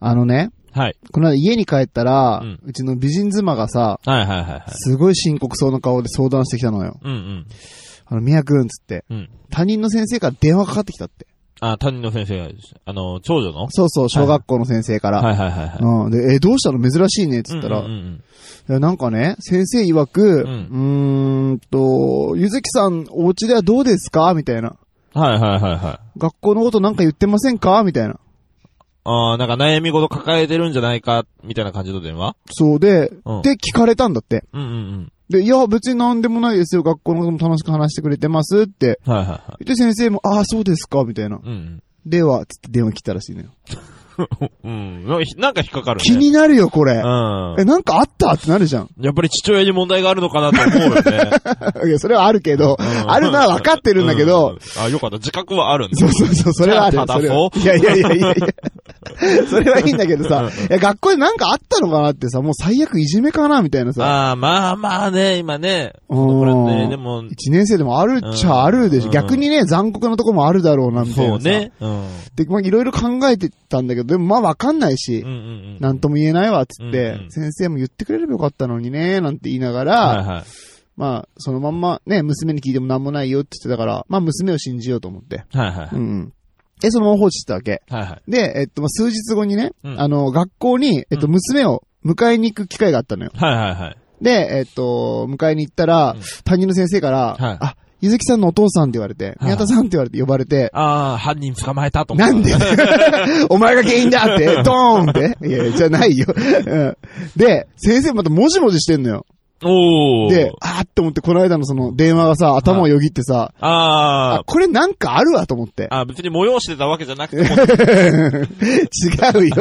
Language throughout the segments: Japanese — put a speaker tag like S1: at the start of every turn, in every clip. S1: あのね、
S2: はい。
S1: この間家に帰ったら、
S2: う
S1: うんちの美人妻がさ、
S2: はいはいはいはい。
S1: すごい深刻そうな顔で相談してきたのよ。
S2: うんうん。
S1: あの、宮くんつって、
S2: うん。
S1: 他人の先生から電話かかってきたって。
S2: あ、担任の先生がですね、あの、長女のは
S1: そうそう、小学校の先生から。
S2: いはいはいはい。
S1: うん。で、え、どうしたの珍しいねっつったら、
S2: うんうん
S1: いやなんかね、先生曰く、
S2: う
S1: うんーんと、ゆずきさん、お家ではどうですかみたいな。
S2: うん。はいはいはいはい。
S1: 学校のことなんか言ってませんかみたいな。
S2: ああ、なんか悩み事抱えてるんじゃないか、みたいな感じの電話
S1: そうで、
S2: うん
S1: で、聞かれたんだって。
S2: うんうん
S1: で、いや、別に何でもないですよ。学校のことも楽しく話してくれてますって。
S2: うん。はいはいは
S1: で、先生も、ああ、そうですかみたいな。
S2: い。うん
S1: では、つって電話来たらしいのよ。
S2: うん。うん。なんか引っかかるね。
S1: 気になるよ、これ。
S2: う
S1: え、なんかあったってなるじゃん。
S2: ん。やっぱり父親に問題があるのかなと思うよね。
S1: いや、それ はあるけど、
S2: うん
S1: あるのは分かってるんだけ
S2: う
S1: ど、
S2: ん。あ、よかった。自覚はあるんだ。
S1: そうそうそう、それはある
S2: じゃあ
S1: よ。それは
S2: タ
S1: いやいやいやいやいや。 それはいいんだけどさ
S2: うん、
S1: いや、学校でなんかあったのかなってさ、もう最悪いじめかなみたいなさ。
S2: ああ、まあまあね、今ね。これね、で
S1: うん。
S2: も、
S1: 一年生でもあるっちゃあるでし
S2: う
S1: ょ。
S2: ん
S1: 逆にね、残酷なとこもあるだろうな、みたい
S2: そ
S1: な
S2: う
S1: さ。
S2: ね。うん。
S1: で、まあいろいろ考えてたんだけど、でもまあわかんないし
S2: うんう、んうん。
S1: なんとも言えないわ、つっ
S2: う
S1: て
S2: んうん、
S1: 先生も言ってくれればよかったのにね、なんて言いなが
S2: はい
S1: ら、
S2: はい。
S1: まあ、そのまんまね、娘に聞いてもなんもないよって言ってたから、まあ娘を信じようと思って。
S2: はいはいは
S1: う
S2: い。
S1: んうん。で、そのまま放置してたわけ。
S2: はいはい。
S1: で、えっと、まあ、数日後にね、
S2: うん
S1: あの、学校に、えっと、
S2: うん
S1: 娘を迎えに行く機会があったのよ。
S2: はいはいはい。
S1: で、えっと、迎えに行ったら、
S2: うん
S1: 担任の先生から、
S2: はい
S1: あ、ゆずきさんのお父さんって言われて、宮田さんって言われて呼ばれて、
S2: ああ、犯人捕まえたと思っ
S1: な
S2: た
S1: んでお前が原因だって、ドーンって。いやいや、じゃないよ。うんで、先生またもじもじしてんのよ。
S2: おお。
S1: で、あーって思って、この間のその電話がさ、頭をよぎってさ、あ
S2: あ
S1: これなんかあるわと思って
S2: あ、。あ別に催してたわけじゃなくても、
S1: 違うよ。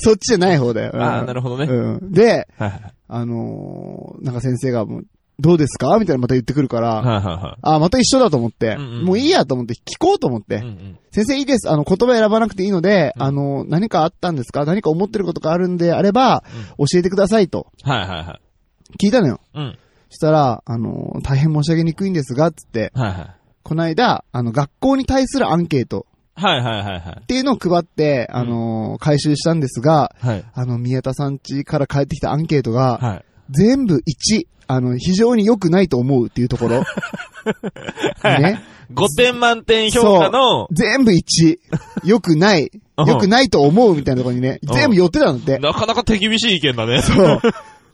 S1: そっちじゃない方だよ。うん
S2: ああ、なるほどね。
S1: うん。で、
S2: はいはい
S1: あのーなんか先生がもう、どうですかみたいなまた言ってくるから、
S2: はいは
S1: あ、また一緒だと思って、
S2: うんうん
S1: もういいやと思って聞こうと思って、
S2: いはい。うんうん
S1: 先生いいです。あの、言葉選ばなくていいので、あの、何かあったんですか何か思ってることがあるんであれば、教えてくださいと
S2: はいはいはい。
S1: 聞いたのよ。
S2: うん。
S1: そしたら、あの、大変申し上げにくいんですが、つって、
S2: はいはい。
S1: この間、あの、学校に対するアンケート
S2: はいはいはいはい
S1: っ。ていうのを配って、あの、回収したんですが、
S2: はい。
S1: あの、宮田さん家から帰ってきたアンケートが、
S2: はい。
S1: 全部1、あの、非常に良くないと思うっていうとこ ろ。ね。
S2: 5点満点評価の、
S1: 全部1、良くない、
S2: うん
S1: 良くないと思うみたいなところにね、
S2: うん
S1: 全部寄ってたんだって。
S2: なかなか手厳しい意見だね。
S1: そう。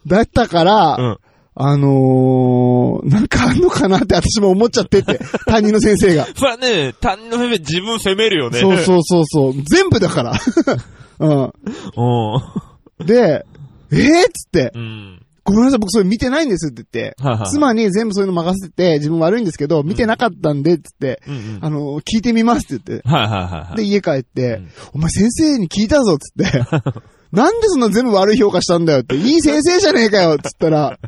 S1: だったから、
S2: うん。
S1: あのー、なんかあんのかなって私も思っちゃって って、担任の先生が。
S2: それはね、担任の先生自分責めるよね。
S1: そうそうそうそう。全部だから。 う
S2: うん。
S1: ん。で、えー、っつって、
S2: うん。
S1: ごめんなさい、僕それ見てないんですって言って、
S2: はいはいはい
S1: 妻に全部そういうの任せて、自分悪いんですけど、見てなかったんで、つって、
S2: うんうん。
S1: あの、聞いてみますって言って、
S2: はいはいはいはい。
S1: で、家帰って、
S2: うん
S1: お前先生に聞いたぞっつ って、なんでそんな全部悪い評価したんだよって、いい先生じゃねえかよっつった ら、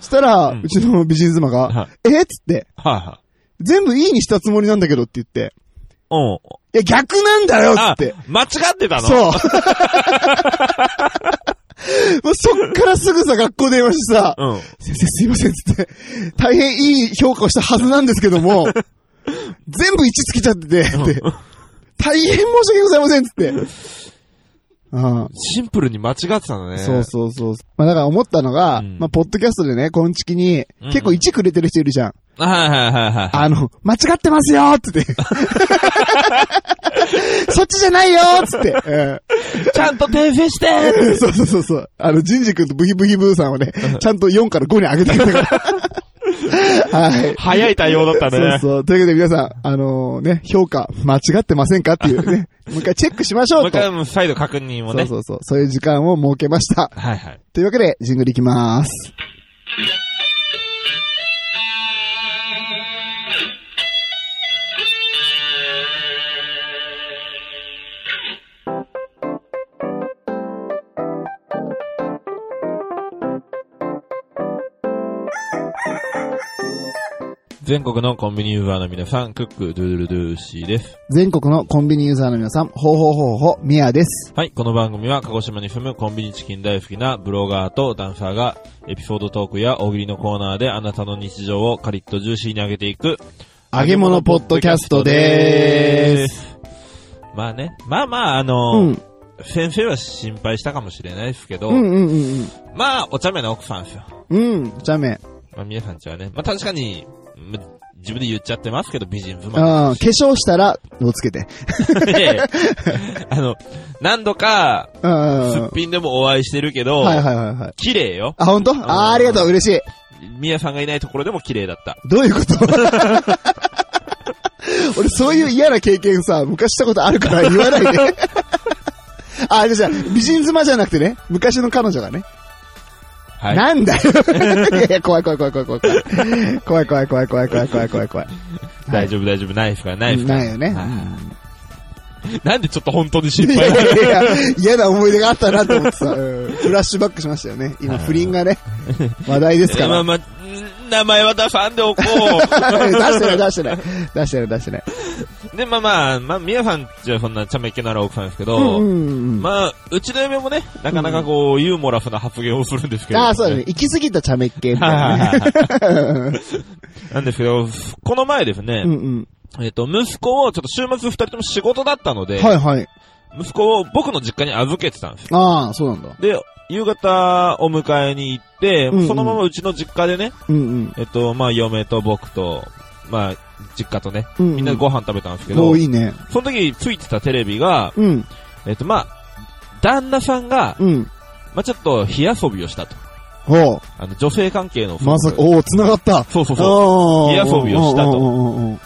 S1: そしたら、
S2: う
S1: うんちの美人妻が、
S2: は
S1: えっつって、
S2: はいはい。
S1: 全部いいにしたつもりなんだけどって言って、
S2: うん。
S1: いや、逆なんだよっつ
S2: あ
S1: って。、
S2: 間違ってたの
S1: そう。 もうそっからすぐさ、学校電話してさ、
S2: うん。
S1: 先生すいませんっつって、大変いい評価をしたはずなんですけど も、全部1つけちゃってて、って大変申し訳ございませんっつって。ああ
S2: シンプルに間違ってたのね。
S1: そうそうそう。まあだから思ったのが、
S2: うん
S1: まあポッドキャストでね、こんちきに、
S2: うん
S1: 結構1くれてる人いるじゃん。
S2: う。はいはいはいはい。
S1: あの、間違ってますよーっつ って。そっちじゃないよーっつ って。うん
S2: ちゃんと訂正して
S1: そうそうそうそう。あの、ジンジ君とブヒブヒブーさんをね、ちゃんと4から5に上げてくれた から。はい。
S2: 早い対応だった
S1: そ
S2: ね
S1: う。そう。というわけで皆さん、あのね、評価間違ってませんかっていう ね、もう一回チェックしましょ
S2: もう
S1: う
S2: 一
S1: と。
S2: 回も再度確認を
S1: そう
S2: ね。
S1: そうそう。そういう時間を設けました。
S2: はいはい。
S1: というわけで、ジングルいきまーす。
S2: 全国のコンビニユーザーの皆さん、クック、ドゥールドゥーシーです。
S1: 全国のコンビニユーザーの皆さん、ほうほうほうほう、ミヤです。
S2: はい、この番組は鹿児島に住むコンビニチキン大好きなブロガーとダンサーがエピソードトークや大喜利のコーナーであなたの日常をカリッとジューシーに上げていく
S1: 揚げ物ポッドキャストでーす。
S2: す。まあね、まあまあ、あのー
S1: うん。
S2: 先生は心配したかもしれないですけど、
S1: うんうんうん
S2: まあ、お茶目な奥さんですよ。
S1: うん。うん、ダメ。
S2: まあ、皆さんちはね。まあ、確かに、む自分で言っちゃってますけど、美人
S1: う
S2: 妻
S1: ん。
S2: なん
S1: 化粧したら、をつけて。
S2: であの、何度か、
S1: うんうん
S2: す
S1: う
S2: っ
S1: ん。
S2: ぴんでもお会いしてるけど、
S1: はいはいはいはい。
S2: 綺麗よ。
S1: あ、本当？あー、ありがとう、嬉しい。
S2: みやさんがいないところでも綺麗だった。
S1: どういうこと 俺そういう嫌な経験さ、昔したことあるから言わないで。 あ、じゃあ、美人妻じゃなくてね、昔の彼女がね。
S2: はい。
S1: なんだよ。 いやいや、怖い怖い怖い怖い怖い怖い。怖い怖い怖い怖い怖い怖い怖い怖い。
S2: 大丈夫大丈夫、ないですから、ないですから。
S1: ないよね。
S2: はいなんでちょっと本当に心
S1: い
S2: 配な
S1: やいやいや、嫌な思い出があったなと思ってさ、うんフラッシュバックしましたよね。今、不倫がね、話題ですか
S2: まあ
S1: ら。
S2: まあ、ん名前は出さんでおこ
S1: 出 してない出してない。出してない出してない。
S2: う。で、まあまあ、まあ、みやさんじゃそんなちゃめっ気のある奥さんですけど、
S1: うんうんうん。
S2: まあ、うちの嫁もね、なかなかこう、ユーモラフな発言をするんですけど、
S1: ああ、そうだね。。行き過ぎた茶目っ気みたい
S2: は
S1: ないね。
S2: はいはい。なんですけど、この前ですね
S1: う、んうん。
S2: えっと、息子を、ちょっと週末二人とも仕事だったので、
S1: はいはい。
S2: 息子を僕の実家に預けてたんですよ。
S1: ああ、そうなんだ。
S2: で、夕方お迎えに行って、
S1: うんうん
S2: そのままうちの実家でね、
S1: うんうん。
S2: えっと、まあ、嫁と僕と、まあ、実家とね、
S1: うんうん
S2: みんなでご飯食べたんですけど、
S1: おーいいね。
S2: その時ついてたテレビが、
S1: うん、
S2: えっと、まあ、旦那さんが、
S1: うん。
S2: まあ、ちょっと火遊びをしたと。
S1: おう
S2: あの、女性関係の。
S1: まさか、おー繋がった。
S2: そうそうそう。
S1: おー
S2: 火遊びをしたと
S1: おーおーおーおー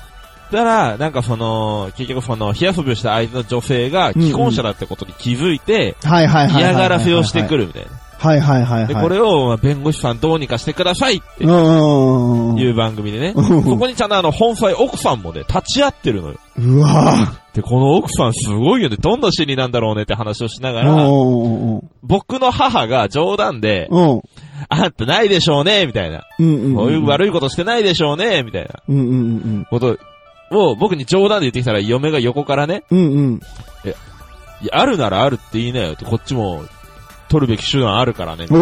S2: たら、なんかその、結局その、火遊びをした相手の女性が、既婚者だってことに気づいて、
S1: はいはいはいはいはいはい。
S2: 嫌がらせをしてくるみたいな。
S1: はいはいはいはい。
S2: で、これを、まあ、弁護士さんどうにかしてくださいって
S1: うんうんうんうん。
S2: いう番組でね、
S1: うん
S2: そこにちゃんとあの、本妻奥さんもね、立ち会ってるのよ。
S1: うわ
S2: で、この奥さんすごいよね、どんな心理なんだろうねって話をしなが
S1: ぁ。おー
S2: ら、
S1: おー
S2: 僕の母が冗談で
S1: おー、おー
S2: あんたないでしょうね、みたいな。
S1: うんうんうん。
S2: こういう悪いことしてないでしょうね、みたいな
S1: うんうんうん
S2: ことを僕に冗談で言ってきたら、嫁が横からね、
S1: うん。うんうん。
S2: いやあるならあるって言いなよって、こっちも取るべき手段あ るからね。い
S1: お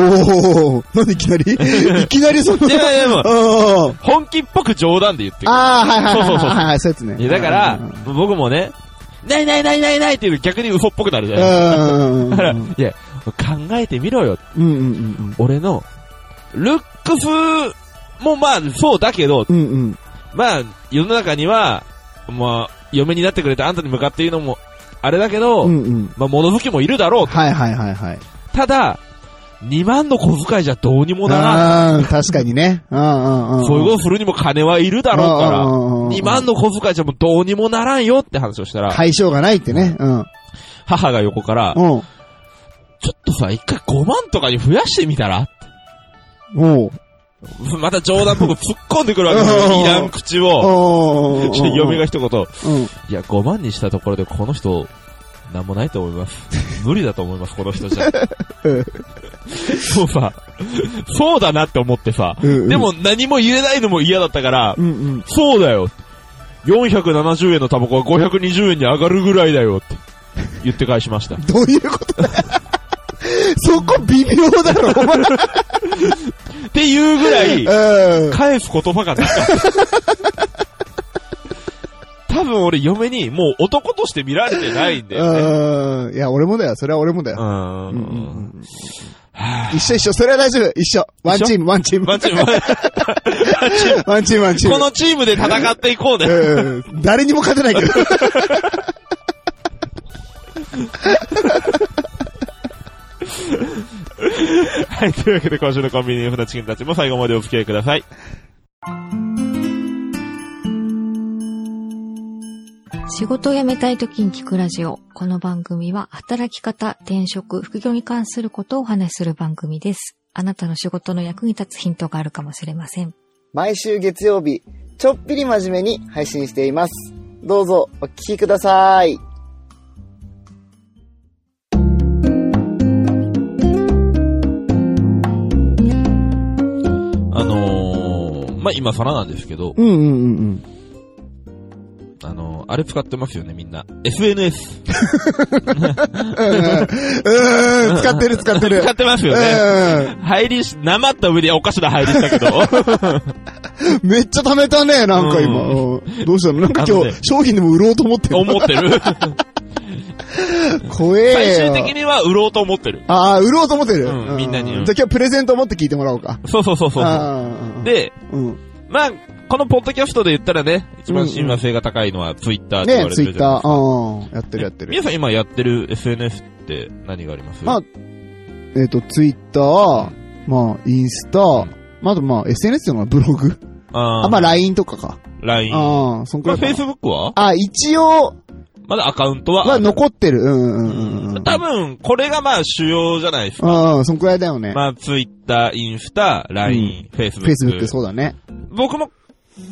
S1: ー、なんでいきな りいきなりその。
S2: やいやいや、もう
S1: おー
S2: 本気っぽく冗談で言ってくる
S1: ああ、はいはい
S2: そうそうそう
S1: はいはいはい、そうやつね。
S2: いやだか
S1: う
S2: ら
S1: んうん、
S2: 僕もね、ないないないないないっていう逆に嘘っぽくなるじゃない
S1: うんうんうん
S2: だから、いや、考えてみろよ。
S1: うんうんうん
S2: 俺の、ルックスもまあそうだけど、
S1: うん。うんうん。
S2: まあ世の中には、まあ嫁になってくれてあんたに向かって言うのも、あれだけど、
S1: うん うん。
S2: まあ物好きもいるだろう。
S1: はいはいはいはい。
S2: ただ、2万の小遣いじゃどうにもならん。
S1: ああー、確かにね。うんうんうん。
S2: そういうことするにも金はいるだろうから、
S1: ら
S2: 2万の小遣いじゃもうどうにもならんよって話をしたら、
S1: 解消がないってね。うん。うん。
S2: 母が横から、
S1: お
S2: ちょっとさ、一回5万とかに増やしてみたら
S1: う。
S2: また冗談っぽく突っ込んでくるわけですよ。いらん口を。
S1: おう。
S2: 嫁が一
S1: う
S2: 言、
S1: ん。
S2: いや、5万にしたところでこの人、なんもないと思い ます。無理だと思います、この人じゃ。そうさ、そうだなって思ってさ、
S1: うんうん
S2: でも何も言えないのも嫌だったから、
S1: うんうん。
S2: そうだよ。470円のタバコは520円に上がるぐらいだよって言 って返しました。
S1: どういうことだ そこ微妙だろ、お前
S2: っていうぐらい、
S1: うん。
S2: 返す言葉がな かった。多分俺嫁にもう男として見られてないんだよね。
S1: うん。いや、俺もだよ。それは俺もだ
S2: う
S1: よ。
S2: ん。
S1: うんうんうん
S2: はぁ
S1: 一緒一緒。それは大丈夫。一緒。ワンチーム、ワンチーム。
S2: マジ
S1: ワ
S2: マジ
S1: ンチーム、ワンチーム。
S2: このチームで戦っていこうね。
S1: うん。誰にも勝てないけど。
S2: はい、というわけで今週のコンビニエンスなチキンたちも最後までお付き合いください。
S3: 仕事を辞めたい時に聞くラジオ。この番組は働き方、転職、副業に関することをお話しする番組です。あなたの仕事の役に立つヒントがあるかもしれません。
S4: 毎週月曜日、ちょっぴり真面目に配信しています。どうぞお聞きください。
S2: あのー、まあ、今更なんですけど、
S1: うんうんうんうん。
S2: あのー、あれ使ってますよね、みんな。SNS。
S1: うんうん、使ってる使ってる
S2: 使。ってます
S1: う
S2: よね。
S1: ん。
S2: 入りし、なまった上でおかしな入りしたけ ど。
S1: めっちゃ貯めたね、なんか今。
S2: う
S1: うんどうしたのなんか
S2: あの
S1: 今
S2: ね
S1: 日、商品でも売ろうと思ってる。
S2: 思ってる。
S1: 怖えよ。
S2: 最終的には売ろうと思ってる。
S1: ああ、売ろうと思ってる。
S2: うん
S1: う
S2: みんなにうん
S1: じゃあ今日プレゼント持って聞いてもらおうか。
S2: そうそうそうそうそう。
S1: ああ、
S2: で、
S1: うん。
S2: まあ、このポッドキャストで言ったらね、一番親和性が高いのはツイッターって言
S1: ね
S2: われ
S1: ツ
S2: て
S1: イ
S2: る
S1: ッ
S2: じゃない
S1: ター、
S2: ですか。
S1: うん、やってるやってる。
S2: 皆さん今やってる SNS って何があります
S1: まあえっ、と、ツイッター、まあ、インスタ、まあ、あとまあ、SNS のブログ。
S2: あ
S1: あ、まあ、LINE とかか。
S2: LINE。ま
S1: ああ、そんくら
S2: あ、
S1: いかな。
S2: Facebook は
S1: あ、一応、
S2: まだアカウントは
S1: は残ってる。うんうんうんうん。
S2: 多分、これがまあ主要じゃないですか。
S1: うんうん、そんくらいだよね。
S2: まあ、Twitter、インスタ、LINE、Facebook。
S1: Facebook そうだね。
S2: 僕も、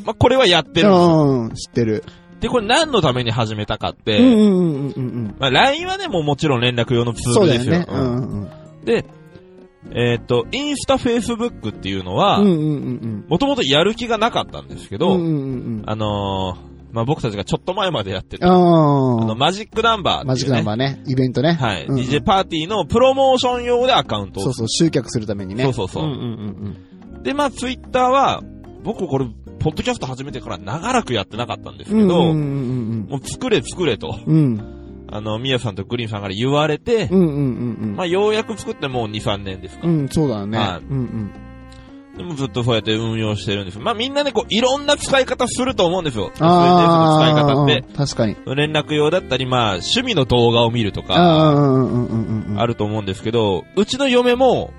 S2: まあ、これはやって
S1: う
S2: るんですよ
S1: んうん、知ってる。
S2: で、これ何のために始めたかっ
S1: うんう
S2: て、
S1: んうんうんうん。
S2: まあ、LINE はね、もうもちろん連絡用のツー
S1: そう
S2: ル
S1: だ
S2: で
S1: よ
S2: すよ
S1: ね。。うんうんうん。
S2: うんで、えーっと、インスタ、Facebook っていうの
S1: うんう
S2: は、
S1: んうん
S2: もともとやる気がなかったんですけ
S1: うん。
S2: ど、
S1: うんうんうんうん。
S2: あのーまあ、僕たちがちょっと前までやってた、あ
S1: あ
S2: の、
S1: あ。
S2: マジックナンバーっていう、ね。
S1: マジックナンバーね。イベントね。
S2: はい、
S1: うんうん
S2: DJ パーティーのプロモーション用でアカウントを
S1: そうそう、集客するためにね。
S2: そうそうそう
S1: うんうんうん
S2: で、まあ、ツイッターは、僕これ、ポッドキャスト始めてから長らくやってなかったんです
S1: う
S2: け
S1: ん。
S2: ど、
S1: うんうん
S2: もう作れ作れと、
S1: うんうん。うん。
S2: あの、ミヤさんとグリーンさんから言われて
S1: う、んうんうん
S2: まあ、ようやく作ってもう2、3年ですか。
S1: うん。うん、そうだね。
S2: はい
S1: うんうん。
S2: でもずっとそうやって運用してるんですまあ、みんなね、こう、いろんな使い方すると思うんですよ。SNS の使い
S1: あ
S2: 方
S1: あ
S2: って。
S1: うん確かに。
S2: 連絡用だったり、まあ、趣味の動画を見るとか、
S1: ああ、うんうんうんうんうん。
S2: あると思うんですけど、うちの嫁も、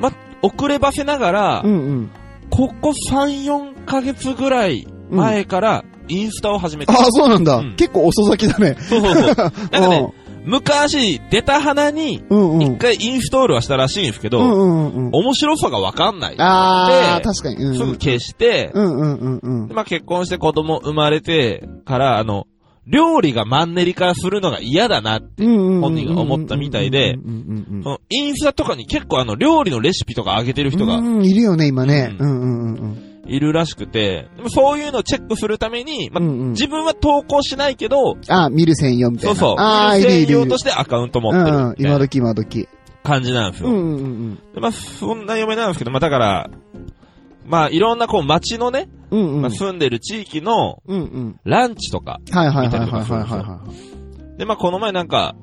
S2: まあ、遅ればせながら、
S1: うんうん。
S2: ここ3、4ヶ月ぐらい前から、インスタを始めた。
S1: ああ、そうなんだ
S2: うん。
S1: 結構遅咲きだね。
S2: そうそうそ う。なんかね、
S1: う
S2: 昔、出た花に、
S1: んうんう
S2: 一
S1: ん。
S2: 回インストールはしたらしいんですけ
S1: うん
S2: ど、
S1: うんうんうん。
S2: 面白さがわかんない。
S1: ああ、
S2: で
S1: 確かに。うんうん
S2: すぐ消して、
S1: うんうんうんうん
S2: で。まあ結婚して子供生まれてから、あの、料理がマンネリ化するのが嫌だな。
S1: 本
S2: 本人が思ったみたいでそのインスタとかに結構あの、料理のレシピとか上げてる人
S1: う
S2: が
S1: ん、いるよね、今ね。う
S2: う
S1: んうんうん
S2: いるらしくて、でもそういうのをチェックするために、
S1: う
S2: まあ
S1: んうん。
S2: 自分は投稿しないけど、
S1: あ、見る専用みたいな。
S2: そうそう。
S1: ああ、いるいるい
S2: 専
S1: る。
S2: 用としてアカウント持
S1: う
S2: って
S1: ん
S2: る
S1: うん。
S2: みた
S1: 今
S2: いな
S1: 時今時。
S2: 感じなんです
S1: う
S2: よ。
S1: んうんうん
S2: でまあ、そんな嫁なんですけど、まあだから、まあいろんなこう街のね、
S1: うん。うんうん。
S2: まあ住んでる地域の
S1: うんうん。
S2: ランチとか、
S1: はいはい
S2: 見
S1: は
S2: た
S1: いは
S2: り
S1: い
S2: とかす
S1: は
S2: る
S1: い
S2: んですよ
S1: はい。
S2: でまあこの前なんか、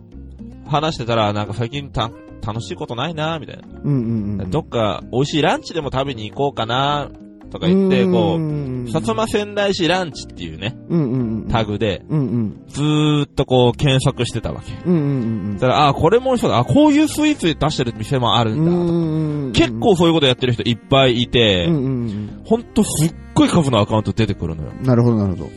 S2: 話してたら、なんか最近た、楽しいことないなみたいな。
S1: うんうんうん。
S2: どっか美味しいランチでも食べに行こうかなとか言って、こう、薩
S1: ま。
S2: 摩仙台市ランチっていうね、
S1: うんうんうん。
S2: タ。グで、
S1: うんうん。
S2: ずーっとこう検索してたわけ。
S1: うんうんうん
S2: だから、ああー、これもそうだ、あこういうスイーツ出してる店もある
S1: うんん。
S2: だ。
S1: うん。
S2: 結構そういうことやってる人いっぱいいて、
S1: うんうん
S2: ほんとすっごい数のアカウント出てくるのよ。
S1: うん。なるほどなるほど。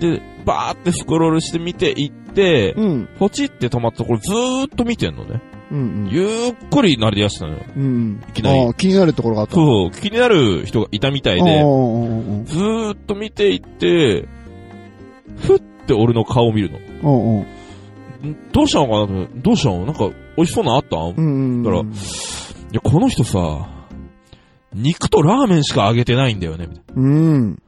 S2: で、バーってスクロールして見ていって、
S1: うん。
S2: ポチって止まったところずーっと見てんのね。
S1: うんうん。
S2: ゆっくりなり出したのよ。
S1: うん。
S2: いきなり
S1: ああ、気になるところがあった。う。
S2: そう、気になる人がいたみたいで、
S1: うん
S2: ずーっと見ていって、ふって俺の顔を見るの。
S1: うんうん。
S2: んどうしたのかなと思ってどうしたのなんか美味しそうなのあったんい
S1: うんうん。
S2: だからや、この人さ、肉とラーメンしかあげてないんだよね、みたい
S1: うん。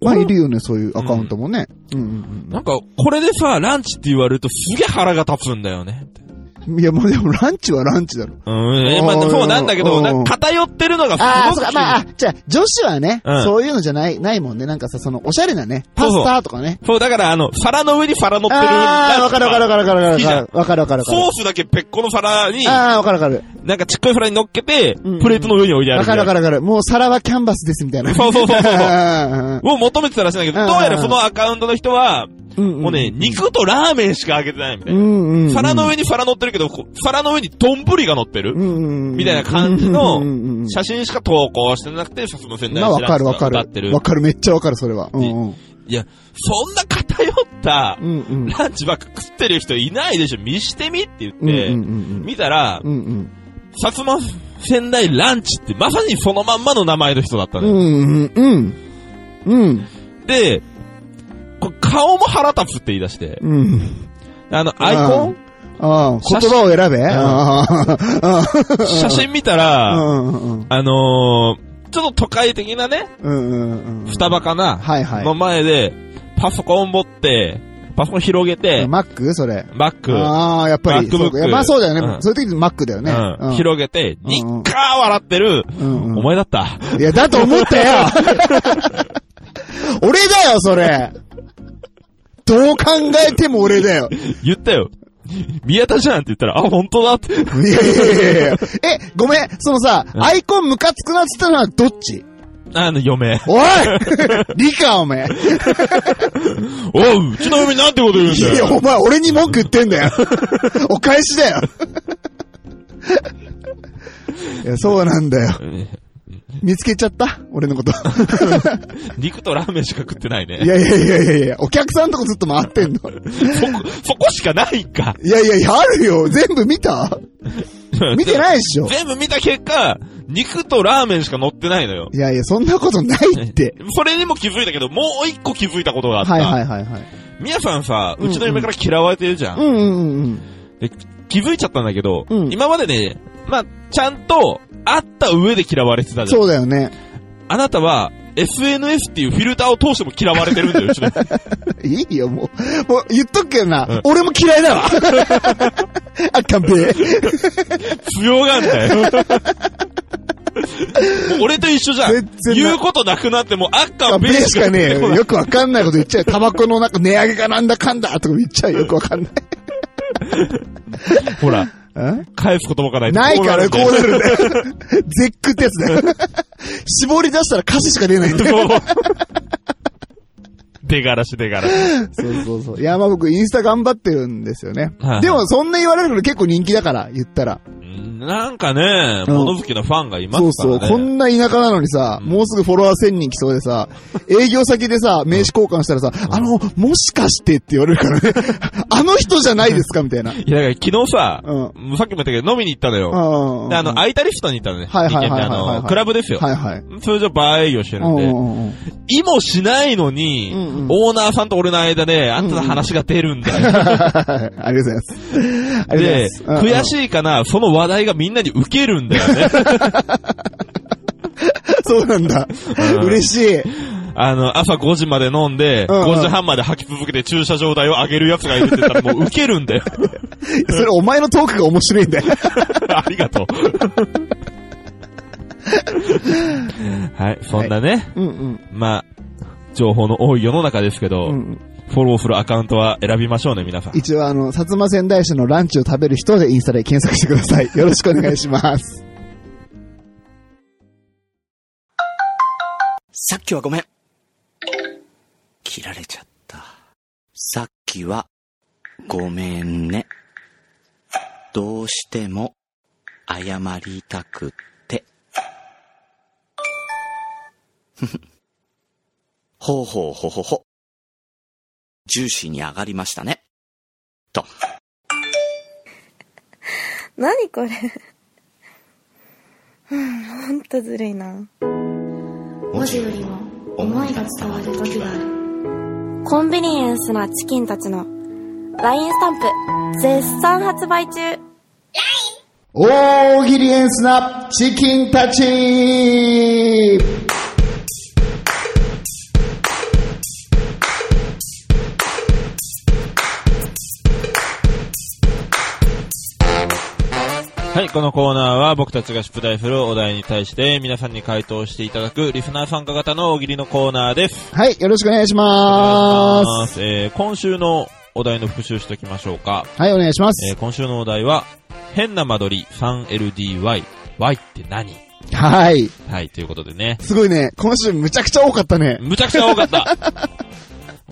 S1: まあ、
S2: これ
S1: いるよね、そういうアカウントもね。うん
S2: な。なんか、これでさ、ランチって言われるとすげえ腹が立つんだよね。
S1: うんうん。いや、もうでもランチはランチだろ。
S2: うん、えまあ、
S1: あー
S2: そうなんだけ
S1: う
S2: ど、
S1: ん
S2: なんか偏ってるのが
S1: ああ、そう
S2: すご
S1: か、
S2: く、
S1: まああ、じゃあ、女子はね、
S2: うん
S1: そういうのじゃない、ないもんね。なんかさ、その、おしゃれなね、
S2: そ
S1: パ
S2: うそう
S1: スタとかね。
S2: そう、だから、あの、皿の上に皿乗ってる。
S1: ああ、
S2: なん
S1: わかるわかるわかるわか
S2: 好きじゃん
S1: るわかるわかるわかるわか
S2: ソースだけ別個の皿に
S1: る。、ああ、わかるわかる。
S2: なんかちっこい皿に乗っけて、
S1: うんうん
S2: プレートの上に置いてある
S1: わ
S2: み
S1: か
S2: たい
S1: る
S2: な。
S1: わかるわかる。もう皿はキャンバスですみたいな。
S2: そうそうそうそうそう
S1: あ
S2: を求めてたらしいんだけど、
S1: うん
S2: どうやらそのアカウントの人は、
S1: ーうんうん
S2: もうね、、肉とラーメンしかあげてないみた
S1: う
S2: い
S1: ん
S2: な。
S1: うんうん。
S2: 皿の上に皿乗ってるけど、こう皿の上に丼が乗ってる
S1: うんうんうん、
S2: みたいな感じ
S1: う
S2: の
S1: んうんうん
S2: 写真しか投稿してなくて、さすません
S1: まあ、わかるわか
S2: 歌って
S1: る。
S2: る
S1: わ。かる、めっちゃわかる、それは。うんうん。
S2: いや、そんな偏った
S1: う、んうん。
S2: ランチばっか食ってる人いないでしょ見してみって言って、
S1: うんうんうん
S2: 見たら、
S1: うん。うん
S2: 薩摩仙台ランチってまさにそのまんまの名前の人だった
S1: う
S2: のよ。
S1: ん。うん。うん。
S2: で、こう顔も腹立つって言い出して、
S1: うん。
S2: あの、アイコン
S1: ああ、
S2: 写
S1: 言
S2: 真
S1: 葉を選べああ
S2: 写真見た
S1: ああ
S2: ら、
S1: うんうん
S2: あのー、ちょっと都会的なね、
S1: うんうんうん。
S2: 双葉かな、
S1: はいは
S2: の前で、パソコン持って、パソコン広げて
S1: い。、マックそれ。
S2: マック、
S1: ああ、やっぱり。
S2: MacBook
S1: そうかいやまあそうだよ
S2: う
S1: ね。
S2: ん
S1: そういう時マックだよね。
S2: うん
S1: うん
S2: 広げて、
S1: うん
S2: にっかー笑ってる、
S1: うん
S2: お
S1: うん。
S2: 前だった。
S1: いや、だと思ったよ俺だよ、それどう考えても俺だよ。
S2: 言ったよ。宮田じゃんって言ったら、あ、本当だって。
S1: いやいやいやいやえ、ごめん、そのさ、
S2: うん
S1: アイコンムカつくなってたのはどっち
S2: あの、嫁。
S1: おい理科おめえ。
S2: おう、うちの嫁なんてこと言うん
S1: い
S2: だ
S1: や、
S2: よ。
S1: お前俺に文句言ってんだよ。お返しだよ。いや、そうなんだよ。見つけちゃった俺のこと。
S2: 肉とラーメンしか食ってないね。
S1: いやいやいやいやいや、お客さんとこずっと回ってんの。
S2: そこ、そこしかないんか。
S1: いやいやいや、あるよ。全部見た見てないっしょ。
S2: 全部見た結果、肉とラーメンしか乗ってないのよ。
S1: いやいや、そんなことないって。
S2: それにも気づいたけど、もう一個気づいたことがあった。
S1: はいはいはいはい。
S2: みやさんさ、うちの嫁から嫌われてるじゃん。
S1: うんうんうん
S2: 気づいちゃったんだけど、
S1: うん
S2: 今までね、まあ、ちゃんと、会った上で嫌われてた
S1: うん。
S2: じゃん。
S1: そうだよね。
S2: あなたは、SNS っていうフィルターを通しても嫌われてるんだよ、うちの嫁。
S1: いいよ、もう。もう、言っとくけどな。
S2: うん
S1: 俺も嫌い だわ。あ、勘弁。
S2: 強がん だよ。もう俺と一緒じゃん
S1: 全。然な
S2: 言うことなくなっても、あっか
S1: 勘
S2: んべ
S1: 弁
S2: ー
S1: しかねえ
S2: 出てこ
S1: よ。
S2: ない
S1: よくわかんないこと言っちゃう。タバコのなんか値上げがなんだかんだとか言っちゃうよ。よくわかんない。
S2: ほら、
S1: ん
S2: 返す言葉がない
S1: ない
S2: と
S1: からこ
S2: こ
S1: う
S2: う
S1: な
S2: なる
S1: るんだよ。絶句ってやつだよ。絞り出したら歌詞しか出ないんだよ。
S2: んだよ。 出がらし出がらし。
S1: そうそうそう。いや、まあ僕インスタ頑張ってるんですよね
S2: はいは。い
S1: でもそんな言われるけど結構人気だから、言ったら。
S2: うんなんかね、
S1: うん
S2: 物好きなファンがいま
S1: そう
S2: すから
S1: そ
S2: ね。
S1: う。こんな田舎なのにさ、
S2: うん
S1: もうすぐフォロワー1000人来そうで さ、営業先でさ、名刺交換したらさ、あの、もしかしてって言われるからね。 あの人じゃないですかみたいな。
S2: いや、だから昨日さ、
S1: う
S2: さっきも言ったけど飲みに行ったのよ。
S1: あ
S2: で、あの、アイタリストに行ったのね。
S1: はいはいはいはいはいはい
S2: 二軒目あの、クラブですよ。
S1: はいはい。
S2: 通常バー営業してるんで。意もしないのに、
S1: うんうん
S2: オーナーさんと俺の間で、あんたの話が出るんだよ。
S1: ありがとうございます。ありがとうござい
S2: で
S1: ま、す。うん
S2: 悔しいかな、その話題がみんなに受けるんだよ ね。
S1: そうなんだ
S2: う。ん
S1: 嬉しい。
S2: あの、朝5時まで飲んで、
S1: うんうん
S2: 5時半まで吐き続けて駐車場代を上げる奴がいるって言ったらもう受けるんだよ。
S1: それお前のトークが面白いんだよ。
S2: ありがとう。はい、そんなね、
S1: うんうん。
S2: まあ、情報の多い世の中ですけど、
S1: うん、
S2: フォローするアカウントは選びましょうね、皆さん。
S1: 一応あの、薩摩仙台市のランチを食べる人でインスタで検索してください。よろしくお願いします。
S5: さっきはごめん。切られちゃった。さっきは、ごめんね。どうしても、謝りたくって。ふふ。ほうほうほほほ。ジューシーに上がりましたね。と。
S6: 何これうんほんとずるいな
S5: 文字よ
S6: りも
S5: 思いが伝わる
S6: 時があるコンビニエンスなチキンたちの LINE スタンプ絶賛発売中
S1: 大喜利エンスなチキンたち
S2: はい、このコーナーは僕たちが出題するお題に対して皆さんに回答していただくリスナー参加型の大喜利のコーナーです。
S1: はい、よろしくお願いします。
S2: す。えー、今週のお題の復習しておきましょうか。
S1: はい、お願いしま
S2: え
S1: す。
S2: ー、今週のお題は、変な間取り 3LDY。Y って何
S1: はい。
S2: はい、ということでね。
S1: すごいね、今週むちゃくちゃ多かったね。
S2: むちゃくちゃ多かった。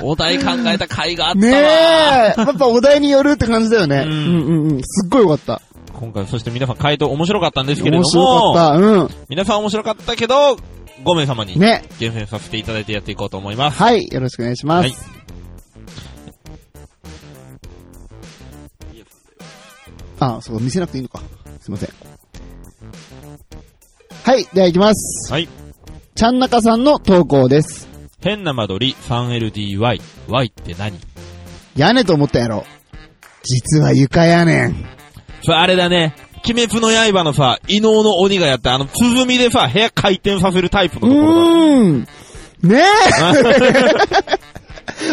S2: お題考えた甲斐があった
S1: ねえ、
S2: わ。
S1: やっぱお題によるって感じだよね。
S2: う
S1: うんんうんうん。すっごいよかっ
S2: 今回、そして皆さん回答面白かったんです
S1: た。
S2: けれど
S1: 面白
S2: も、
S1: かった。う
S2: 皆さん面白かったけど、5名様に
S1: ん。ね。
S2: 厳選させていただいてやっていこうと思います。
S1: はい、よろしくお願いします。
S2: はい
S1: あ、そう、見せなくていいのか。すいません。はい、では行きます。
S2: はい。
S1: ちゃんなかさんの投稿です。
S2: 変な間取り 3LDY。Y って何
S1: 屋根と思ったやろ。実は床やねん。
S2: それあれだね。鬼滅の刃のさ、異能の鬼がやった、あの、鼓でさ、部屋回転させるタイプのところだ。
S1: うーん。ねえ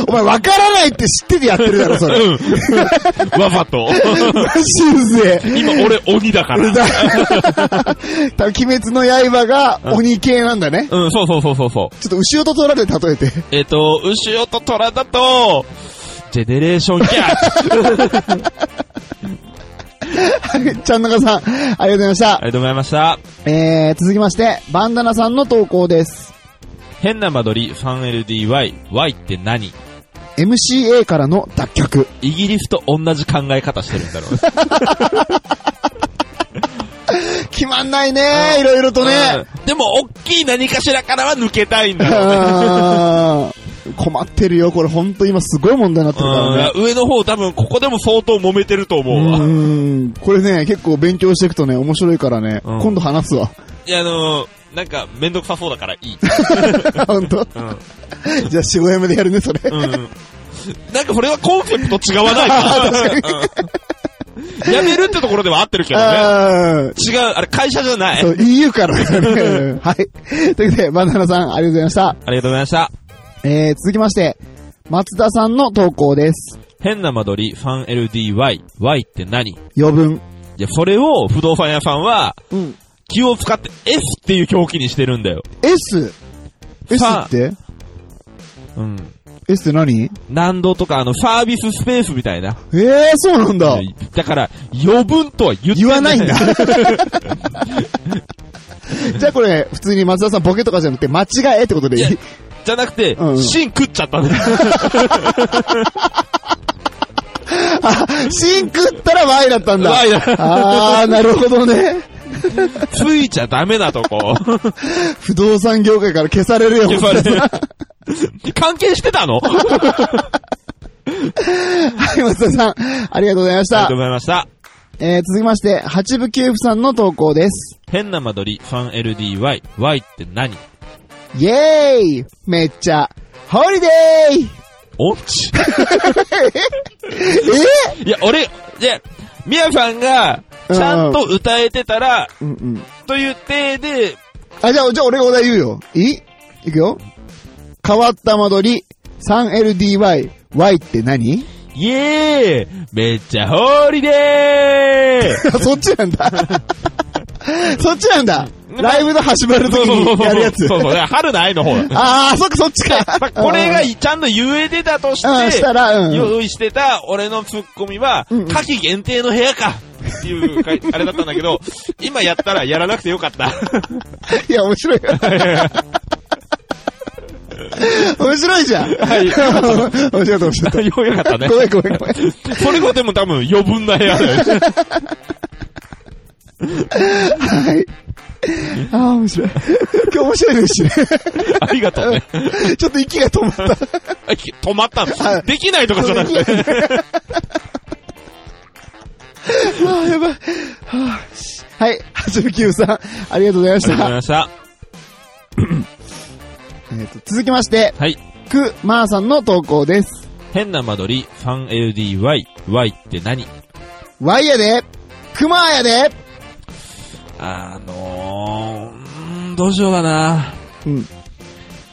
S1: お前わからないって知っててやってるだろ、それ。
S2: うん。わ ざと。
S1: マジうぜえ。
S2: 今俺鬼だから。
S1: 多分鬼滅の刃が鬼系なんだね。
S2: うん、そうそうそうそうそう。
S1: ちょっと牛音とらで例えて。
S2: えっ、と、牛尾と虎だと、ジェネレーションギ ャップ
S1: ちゃんなかさん、ありがとうございました
S2: あ。りがとうございました。
S1: えー、続きまして、バンダナさんの投稿です。
S2: 変な間取り 3LDY。Y って何
S1: MCA からの脱却。
S2: イギリスと同じ考え方してるんだろうね。
S1: 決まんないねいろいろとね。
S2: うんでも、大きい何かしらからは抜けたいんだろうね。
S1: うん困ってるよ、これほんと今すごい問題になってるからね。
S2: うん上の方多分ここでも相当揉めてると思うわ。
S1: うん。これね、結構勉強していくとね、面白いからね、
S2: うん
S1: 今度話す わ。
S2: いや、あのー、なんかめんどくさそうだからい い。
S1: ほんと
S2: うん。
S1: じゃあ、仕事辞めでやるね、それ。
S2: うん。なんかこれはコンセプト違わない かうんやめるってところでは合ってるけどね。
S1: あー
S2: 違う、あれ会社じゃない。
S1: そう、EU からだからね。うんはい。ということで、バナナさん、ありがとうございました。
S2: ありがとうございました。
S1: えー、続きまして、松田さんの投稿です。
S2: 変な間取り 3LDY。Y って何い
S1: 余分。
S2: や、それを不動産屋さんは
S1: うん。
S2: 気を使って S っていう表記にしてるんだよ。
S1: S。S
S2: さあ
S1: って
S2: うん。
S1: ?S って何え
S2: 難度とかあのサービススペースみたいな。
S1: えー、そうなんだ。
S2: だから、余分とは言って
S1: 言わないんだ。じゃあこれ、普通に松田さんボケとかじゃなくて、間違えってことでいい
S2: いやじゃなくて、
S1: うん
S2: 芯食っちゃった んだよ。
S1: シンクったら Y だったんだ。
S2: Y だ
S1: あー、なるほどね。
S2: ついちゃダメなとこ。
S1: 不動産業界から消されるよ。
S2: やっぱり関係してたのありが
S1: はい、松田さん、ありがとうございまし
S2: と
S1: た
S2: うご。ざいました。
S1: えー、続きまして、八部九夫さんの投稿です。
S2: 変な間取り 3LDY。Y って何
S1: イェーイめっちゃ、ホリデー
S2: オンチ
S1: え
S2: いや、俺、いや、みやさんが、ちゃんと歌えてたら、
S1: うんうん。
S2: という体で、
S1: あ、じゃあ、じゃあ俺がお題言うよ。いいいくよ。変わった間取り、3LDY、Y って何
S2: イエーイめっちゃホーリデー
S1: そっちなんだ。 そっちなんだ。ライブの始まる時にやるやつ。
S2: そうそう、だから春の愛 の方だ。
S1: あー、そっか、そっち
S2: まあ
S1: か。
S2: これが
S1: い。
S2: ちゃんと言えてたとし
S1: うん、してた、ら、うん。
S2: 用意してた俺のツッコミは、
S1: うんうん
S2: 夏季限定の部屋かっていうか、あれだったんだけ ど、今やったらやらなくてよかった。
S1: いや、面白いよ。面白いじゃん。
S2: はい
S1: 面白い面白い面白い。
S2: よ、よかったね。
S1: ごめんごめんごめん。
S2: それがでも多分余分な部屋だよ ね。
S1: はい。ああ、面白い。今日面白いですしね。
S2: ありがとうね。
S1: ちょっと息が止まった。
S2: あき止まった
S1: は
S2: の
S1: い
S2: できないとかじゃなく
S1: でき
S2: て。
S1: ああ、やばい。はあ、はい。はじめきゅうさん、ありがとうございまし
S2: ありがとうござい
S1: た。
S2: ました。
S1: えーと続きまして、
S2: はい。
S1: くまーさんの投稿です。
S2: 変な間取り 3LDY。Y って何
S1: ワイやで、くまーやで、
S2: あのー、うーんどうしようかな。
S1: うん。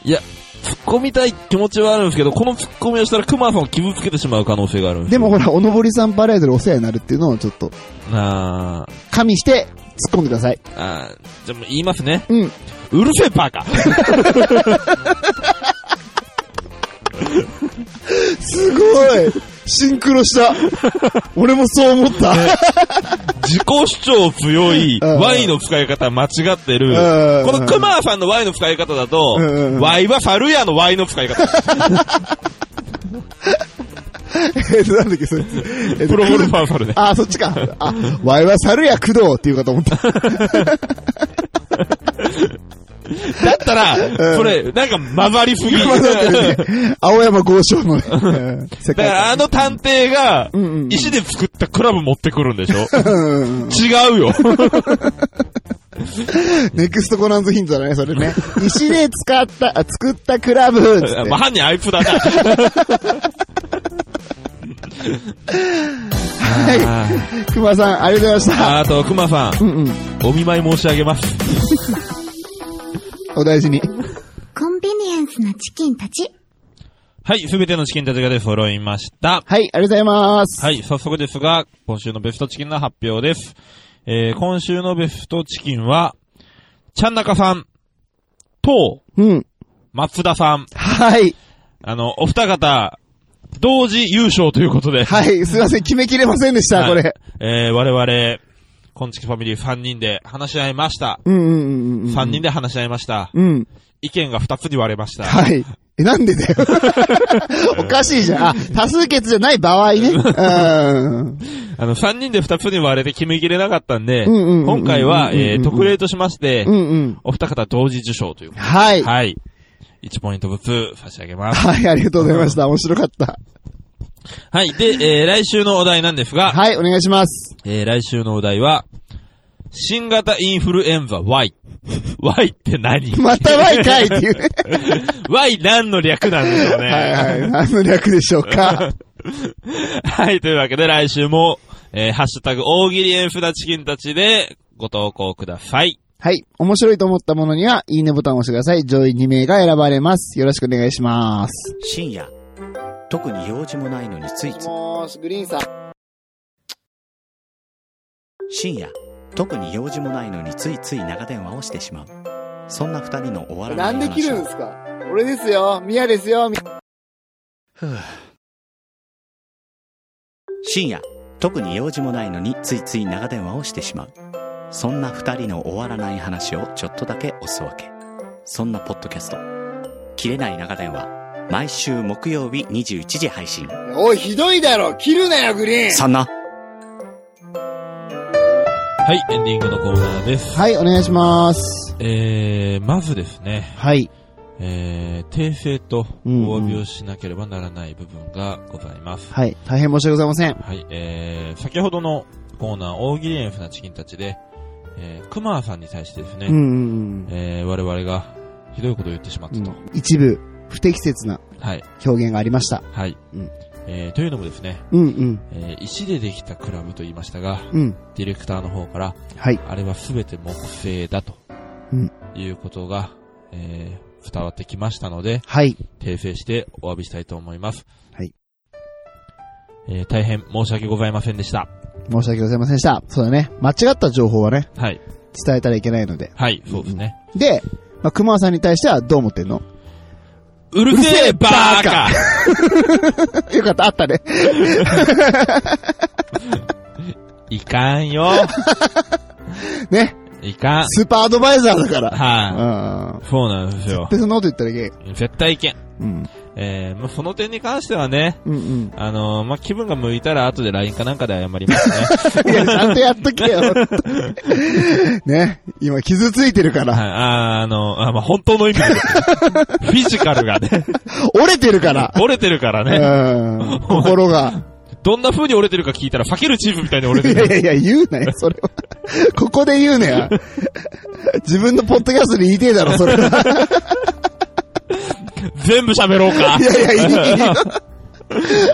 S2: いや、突っ込みたい気持ちはあるんですけど、この突っ込みをしたらクマさんを傷つけてしまう可能性があるんす
S1: で
S2: よ
S1: もほら、おのぼりさんパレードでお世話になるっていうのをちょっと、
S2: なあ
S1: 加味して、突っ込んでください。
S2: あー、じゃあもう言いますね。
S1: うん。
S2: うるせえバカ
S1: すごいシンクロした俺もそう思った。
S2: 自己主張強 い
S1: うん
S2: Y の使い方間違ってる
S1: う。ん
S2: このクマさんの Y の使い方だと
S1: うん、
S2: Y は猿屋の Y の使い方。
S1: えっと、なんだっけ、そいつ。えっと
S2: プロゴルファー猿ね。
S1: あ、そっちか。あ、ワイは猿や工藤っていうかと思った。
S2: だったら、それ、なんか混ざりす ぎ。
S1: 混ざってるね。青山豪商 のね、うん世
S2: だ
S1: 界
S2: からあ
S1: 観。
S2: の探偵が
S1: んうんう、ん
S2: 石で作ったクラブ持ってくるんでしょ
S1: うんうんうん
S2: 違 うよ。
S1: ネクストコナンズヒントだね、それ ね。石で使った、あ作ったクラブっつって
S2: まあ、犯人あいつだな。
S1: はい。熊さん、ありがとうございました。
S2: あと、熊さ
S1: う
S2: ん、
S1: んうん。
S2: お見舞い申し上げます。
S1: お大事に。
S6: コンビニエンスなチキンたち。
S2: はい、すべてのチキンたちがで揃いました。
S1: はい、ありがとうございます。
S2: はい、早速ですが、今週のベストチキンの発表です。えー、今週のベストチキンは、ちゃんなかさん、と、
S1: うん。
S2: 松田さん、
S1: はい。
S2: あの、お二方、同時優勝ということで、
S1: はい、すいません、決めきれませんでした、
S2: はい
S1: これ。
S2: えー、我々、コンチキファミリー3人で話し合いました。
S1: うんうんうんうん。
S2: 3人で話し合いました。
S1: うん。
S2: 意見が2つに割れました。
S1: はい。え、なんでだ よ。おかしいじゃん。あ、多数決じゃない場合ね。うん。
S2: あの、3人で2つに割れて決めきれなかったんで、
S1: うんうんうんうん
S2: 今回は、え
S1: うんうんう
S2: ー、
S1: ん
S2: 特例としまして
S1: う、んうん。
S2: お二方同時受賞という。
S1: はい。は
S2: はい。1ポイントずつ差し上げます。
S1: い、ありがとうございました。面白かった。
S2: はい。で、えー、来週のお題なんですが、
S1: はい、お願いします。
S2: えー、来週のお題は、新型インフルエンザ Y。Y って何
S1: また Y かいって いうね。
S2: Y 何の略なんでしょうね。
S1: はいはい。何の略でしょうか。
S2: はい、というわけで来週も、えー、ハッシュタグ、大喜利エンフダチキンたちでご投稿ください。
S1: はい。面白いと思ったものには、いいねボタンを押してください。上位2名が選ばれます。よろしくお願いします。
S5: 深夜特に用事もないのについつい
S4: もし、グリーンさん。
S5: 深夜特に用事もないのについつい長電話をしてしまうそんな二人の終わらな
S4: ない
S5: 話
S4: んで切るんですか俺ですよ。ミヤですよ。み
S5: ふう深夜特に用事もないのについつい長電話をしてしまうそんな二人の終わらない話をちょっとだけおすわけそんなポッドキャスト「切れない長電話」毎週木曜日21時配信
S4: おい、ひどいだろ切るなよ、グリーン
S5: そんな
S2: はい、エンディングのコーナーです。
S1: はい、お願いします。
S2: えー、まずですね、
S1: はい。
S2: えー、訂正と
S1: う
S2: お
S1: んうん
S2: 詫びをしなければならない部分がございます。
S1: はい。大変申し訳ございません。
S2: はい、えー、先ほどのコーナー、大喜利エンフダチキンたちで、えー、クマーさんに対してですね、
S1: うんうんうん。
S2: えー、我々がひどいことを言ってしまったと。
S1: 一部、不適切な
S2: はい、
S1: 表現がありました。
S2: はい。
S1: うん
S2: えー、というのもですね、
S1: うんうん。
S2: えー、石でできたクラブと言いましたが、
S1: うん。
S2: ディレクターの方から、
S1: はい。
S2: あれはすべて木製だと、
S1: うん
S2: いうことが、えー、伝わってきましたので、
S1: はい。
S2: 訂正してお詫びしたいと思います。
S1: はい。
S2: えー、大変申し訳ございませんでした。
S1: 申し訳ございませんでした。そうだね。間違った情報はね、
S2: はい。
S1: 伝えたらいけないので。
S2: はい、そうですね。
S1: で、まあ、熊さんに対してはどう思ってんの
S2: うるせえ、バーカ
S1: よかった、あったね。
S2: いかんよ。
S1: ね。
S2: い かん。
S1: スーパーアドバイザーだから。
S2: は
S1: うん
S2: い。そうなんですよ。
S1: で、そのこと言ったらいけん。
S2: 絶対いけん。
S1: うん。
S2: えー、まあ、その点に関してはね、
S1: うんうん。
S2: あのー、まあ、気分が向いたら後で LINE かなんかで謝り ますね。
S1: いや、ちゃんとやっとけ よ。ね。今、傷ついてるか
S2: はい、
S1: ら。
S2: あーあの、あまあ、本当の意味で。フィジカルがね、
S1: 折れてるから。
S2: 折れてるからね。
S1: うん。心が。
S2: どんな風に折れてるか聞いたら、避けるチームみたいに折
S1: い
S2: れて
S1: や
S2: る。
S1: いやいや、言うなよ、それは。ここで言うなよ。自分のポッドキャストで言いてえだろ、それは。
S2: 全部喋ろうか
S1: い。やいや、いいよ。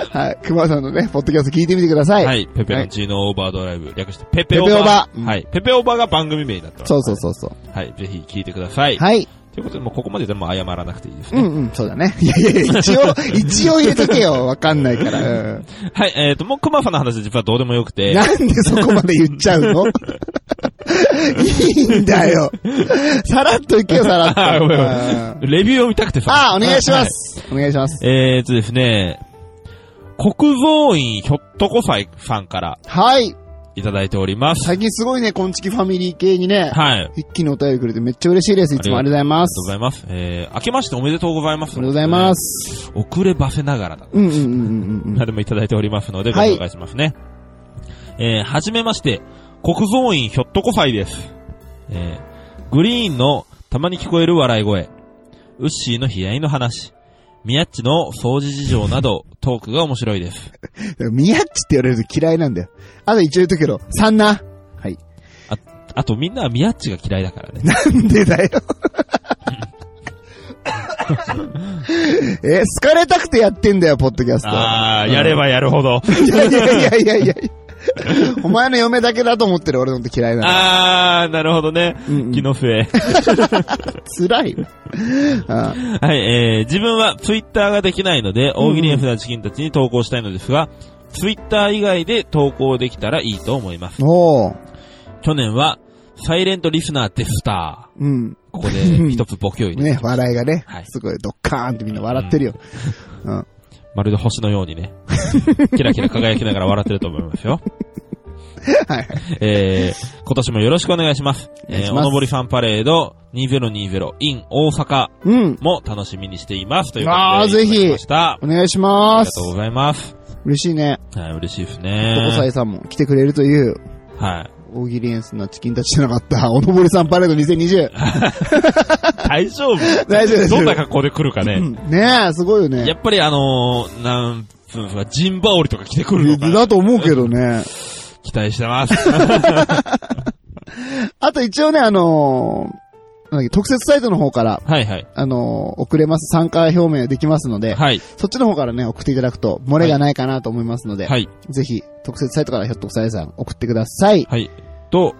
S1: はい。熊さんのね、ポッドキャスト聞いてみてください。
S2: はい。ペペロンチーノオーバードライブ。略して、ペペオ
S1: ペペオ
S2: バ
S1: バ。
S2: はい。ペペオバが番組名になってます。
S1: そうそうそうそう。
S2: はい。ぜひ聞いてください。
S1: はい。
S2: ということで、もうここまででもう謝らなくていいです
S1: う
S2: ね。
S1: んうん、そうだね。いやいやいや、一応、一応入れとけよ。わかんないから。うん
S2: はい。えっと、もうクマさんの話実はどうでもよくて。
S1: なんでそこまで言っちゃうのいいんだよ。さらっといけよ、さ らっと。
S2: あーごめんごめん
S1: あ
S2: レビューを見たくてさ。
S1: あー、お願いします。お願いします。
S2: はい。えっとですね、国蔵院ひょっとこさいさんから
S1: はい。
S2: いただいております。
S1: 最近すごいね、こんちきファミリー系にね、
S2: はい。あり
S1: 一気にお便りくれてめっちゃ嬉しいです。いつもありがとうございま
S2: がとうご
S1: す。
S2: ざ
S1: あ
S2: います。えー、明けましておめでとうございます。
S1: りがとうございま。す。
S2: 遅ればせながらだ。
S1: うんうんうんうんうん。
S2: などもいただいておりますので、ご紹介しますね。えー、はじめまして、国蔵院ひょっとこ祭です。えー、グリーンのたまに聞こえる笑い声、ウッシーの悲哀の話、ミヤッチの掃除事情など、トークが面白いです。
S1: ミヤッチって言われると嫌いなんだよ。あと一応言っとくけど、サンナ。はい。
S2: あとみんなはミヤッチが嫌いだからね。
S1: なん で だよ。え、好かれたくてやってんだよ、ポッドキャスト。
S2: あー、やれ
S1: ば。
S2: ばやるほど。
S1: いやいやいやいやいや。お前の嫁だけだと思ってる俺のこと嫌いな
S2: あー、なるほどね。
S1: の。うんうん
S2: 気の笛。
S1: 辛いわ。あ
S2: はい、えー、自分はツイッターができないので、大喜利のフなチキンたちに投稿したいのですが、ツイッター以外で投稿できたらいいと思います。
S1: おー。
S2: 去年は、サイレントリスナーデスター。
S1: うん。
S2: ここで一つボケを入れて。
S1: ね、笑いがね
S2: はい、
S1: すごいドッカーンってみんな笑ってるよ。
S2: まるで星のようにね、キラキラ輝きながら笑ってると思いますよ。
S1: はい。
S2: えー、今年もよろしくお願いします。
S1: お願い
S2: え
S1: し
S2: ー、
S1: ま
S2: お
S1: す
S2: のぼりファンパレード 2020in 大阪
S1: うん。
S2: も楽しみにしています。ということで、
S1: あーぜひ
S2: いただきました。
S1: お願いし
S2: あ
S1: ま
S2: り
S1: す
S2: が。とうございます。
S1: 嬉しいね。
S2: はい、嬉しいです
S1: トコサ
S2: ね。
S1: イさんも来てくれるという、
S2: はい。
S1: 大喜利エンスなチキンたちじゃなかった、おのぼりさんパレード2020。
S2: 大丈 夫
S1: 大丈夫です。
S2: どんな格好で来るか
S1: う
S2: ね。
S1: んねえ、すごいよね。
S2: やっぱりあのー、なんつうのか、ジンバオリとか来てくるのかな
S1: だと思うけどね。
S2: 期待してます。
S1: あと一応ね、あのーなんだっけ特設サイトの方から、
S2: はいはい。
S1: あのー送れます。参加表明できますので、
S2: はい。
S1: そっちの方からね、送っていただくと、漏れがないかなと思いますので、
S2: はい。
S1: ぜひ、特設サイトからひょっとこさえさん送ってください。
S2: はい。と、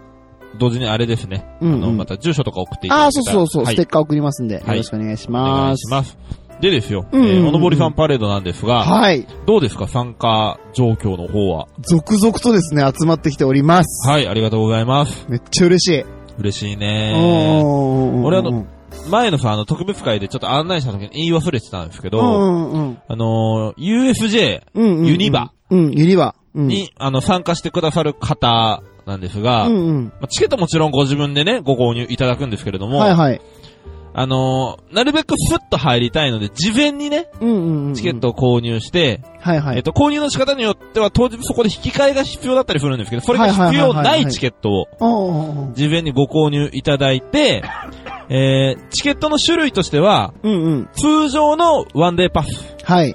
S2: 同時にあれですね。
S1: うん
S2: あの、
S1: うん
S2: また住所とか送っていただ
S1: ああ、
S2: い
S1: そ
S2: て
S1: うそうそう、
S2: はい
S1: ステッカー送りますんで、
S2: い
S1: よろしくお願いし
S2: お願
S1: ま
S2: いし
S1: す。
S2: ます。でですよ、
S1: うんうんうん
S2: えーおのぼりさんパレードなんですが、
S1: はい。
S2: どうですか参加状況の方は。
S1: 続々とですね、集まってきております。
S2: はい、ありがとうございます。
S1: めっちゃ嬉しい。
S2: 嬉しい
S1: お
S2: ね。
S1: ー
S2: 俺あの、前のさ、あの、特別会でちょっと案内した時に言い忘れてたんですけ
S1: う
S2: ど、
S1: んうん
S2: あのー、USJ
S1: うんうんうん。
S2: ユニバ。
S1: うん、ユニバ。うん。
S2: に、あの、参加してくださる方なんですが、
S1: うんうん。
S2: まあチケットもちろんご自分でね、ご購入いただくんですけれども、
S1: はいはい。
S2: あのーなるべくスッと入りたいので、事前にね、
S1: うんうんうん。
S2: チケットを購入して、
S1: はいはい。
S2: えっと、購入の仕方によっては当日そこで引き換えが必要だったりするんですけど、それが必要ないチケットを
S1: おーおーおー
S2: 事前にご購入いただいて、えー、チケットの種類としては、
S1: うんうん。
S2: 通常のワンデーパス。
S1: はい。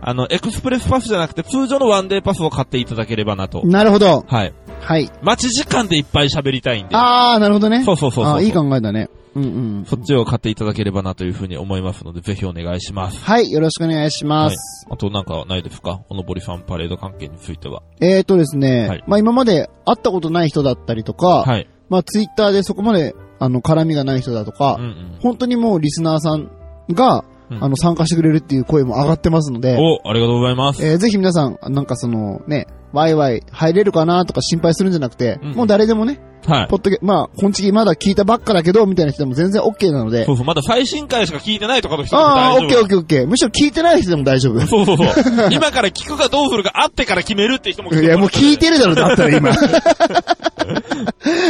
S2: あの、エクスプレスパスじゃなくて、通常のワンデーパスを買っていただければなと。
S1: なるほど。
S2: はい。
S1: はい。
S2: 待ち時間でいっぱい喋りたいんで。
S1: あー、なるほどね。
S2: そうそうそうそう
S1: あーいい考えだね。うんうん。
S2: そっちを買っていただければなというふうに思いますので、ぜひお願いします。
S1: はい、よろしくお願いしま
S2: はい
S1: す。。
S2: あとなんかないですかおのぼりさんパレード関係については。
S1: えーとですね、
S2: はい
S1: まあ今まで会ったことない人だったりとか、
S2: はい。
S1: まあツイッターでそこまで、あの、絡みがない人だとか、
S2: うんうん。
S1: 本当にもうリスナーさんが、
S2: うん
S1: あの、参加してくれるっていう声も上がってますので、
S2: お、ありがとうございます。
S1: えーぜひ皆さん、なんかその、ね、ワイワイ入れるかなとか心配するんじゃなくて、
S2: うん
S1: もう誰でもね、
S2: はい。
S1: ポッドキャまあ、本チキまだ聞いたばっかだけど、みたいな人でも全然 OK なので
S2: そ、うそう、まだ最新回しか聞いてないとかの人でも
S1: ああ、
S2: 大
S1: オッケ
S2: 丈
S1: ーオ
S2: 夫。
S1: ッケーオッケー。むしろ聞いてない人でも大丈夫。
S2: そうそうそう。今から聞くかどうするかあってから決めるって人も来て
S1: いや、もう聞いてるだろ、だったら 今。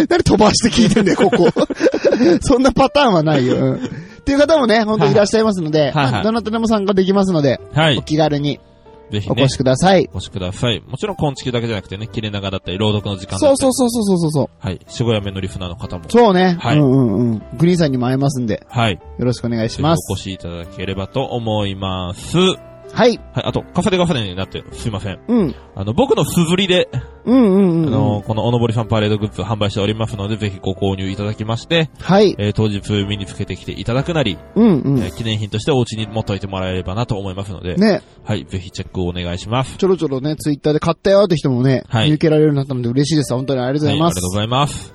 S1: 何飛ばして聞いてんだよ、ここ。そんなパターンはないよ。うんっていう方もね、本当いらっしゃいますので、
S2: はいはい
S1: どなたでも参加できますので、
S2: はい
S1: お気軽に
S2: ぜひ
S1: お
S2: ね
S1: 越し。ください。
S2: お越しください。もちろん、昆虫だけじゃなくてね、切れ長だったり、朗読の時間だ
S1: そ
S2: っ
S1: う
S2: たり。
S1: そうそうそうそうそう。
S2: はい。しごやめのリフナーの方も。
S1: そうね。
S2: はい
S1: うんうんうん。グリーンさんにも会えますんで、
S2: はい。ぜ
S1: よろしくお願いし
S2: ひ
S1: ま
S2: お
S1: す。
S2: 越しいただければと思います。はい。
S1: はい。
S2: あと、カフェでカフェになって、すいません。
S1: うん。
S2: あの、僕のすずりで、
S1: うんうんうん。
S2: あの、このおのぼりさんパレードグッズ販売しておりますので、ぜひご購入いただきまして、
S1: はい。
S2: えー当日身につけてきていただくなり、
S1: うんう
S2: え
S1: ん。
S2: ー記念品としてお家に持っといてもらえればなと思いますので、
S1: ね、
S2: はい、ぜひチェックをお願いします。
S1: ちょろちょろね、ツイッターで買ったよって人もね、
S2: はい
S1: 見受けられるようになったので嬉しいです。本当にありがとうござい
S2: は
S1: ま
S2: い、あり
S1: す
S2: がとう。ございます。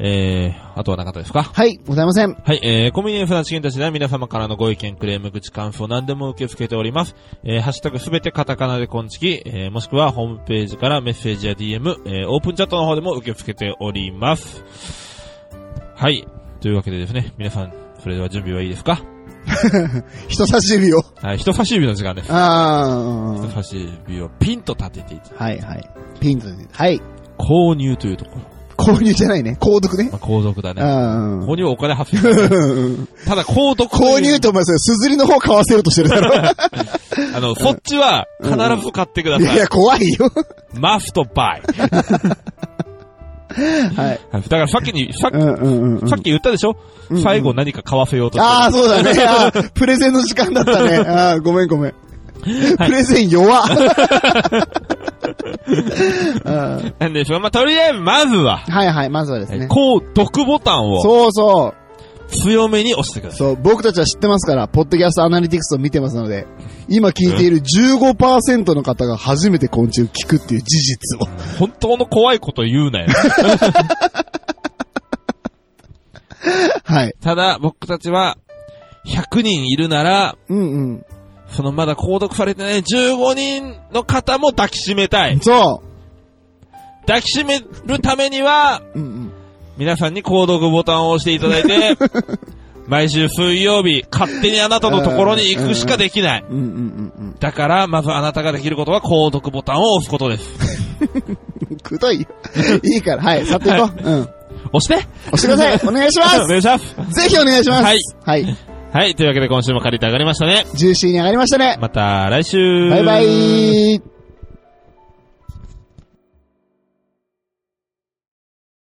S2: えー、あとはなかったですか
S1: はい、ございません。
S2: はい、えー、コミュニエンスなチキンたちでは皆様からのご意見、クレーム、口、感想、何でも受け付けております。えー、ハッシュタグすべてカタカナでコンチキ、えー、もしくはホームページからメッセージや DM、えー、オープンチャットの方でも受け付けております。はい、というわけでですね、皆さん、それでは準備はいいですか
S1: 人差し指を。
S2: はい、人差し指の時間です。
S1: あ
S2: 人差し指をピンと立てていただ
S1: あ。はいはい。ピンとね。はい。
S2: く。購入というところ。
S1: 購入じゃないね。購読ね。
S2: まあ、購読だ
S1: う
S2: ね。
S1: ん。
S2: 購入はお金発生。 ただ、購読。
S1: 購入とお前それ、すずりの方買わせようとしてるだ ろ。
S2: あの、そっちは必ず買ってくだ
S1: い
S2: さい
S1: や、。怖いよ。
S2: マストバイ。
S1: はい。
S2: だからさっきに、さっき、
S1: うんうんうんうん
S2: さっ。き言ったでしょ、
S1: ん
S2: 最後何か買わせようと
S1: ああ、
S2: して
S1: そうだね。あープレゼンの時間だったね。 ああ、ごめんごめん。プレゼン弱。あー
S2: る。なんでしょうまあ、とりあえず、まずは、
S1: はいはい、まずはですね。
S2: 購読ボタンを
S1: そうそ
S2: 強めに押してくだ
S1: う。
S2: さい。
S1: そう、僕たちは知ってますから、ポッドキャストアナリティクスを見てますので、今聞いている15%の方が初めて昆虫を聞くっていう事実を。
S2: 本当の怖いこと言うなよ。
S1: はい。
S2: ただ、僕たちは、100人いるなら、
S1: うんうん。
S2: そのまだ購読されてない15人の方も抱きしめたい。
S1: そ
S2: 抱きしめるためには、
S1: う。うんうん。
S2: 皆さんに購読ボタンを押していただ いて、毎週水曜日、勝手にあなたのところに行くしかできない。
S1: うんうんうんうん。
S2: だから、まずあなたができることは、購読ボタンを押すことです。
S1: く どいよ。いいから、はい、去っていこう。うん。
S2: 押して
S1: 押してくださ い。お願いしま
S2: お願いします
S1: す。ぜひお願いします。
S2: はい。
S1: はい。
S2: はい、というわけで今週も借りて上がりましたね。
S1: ジューシーに上がりましたね。
S2: また来週
S1: バイバイ。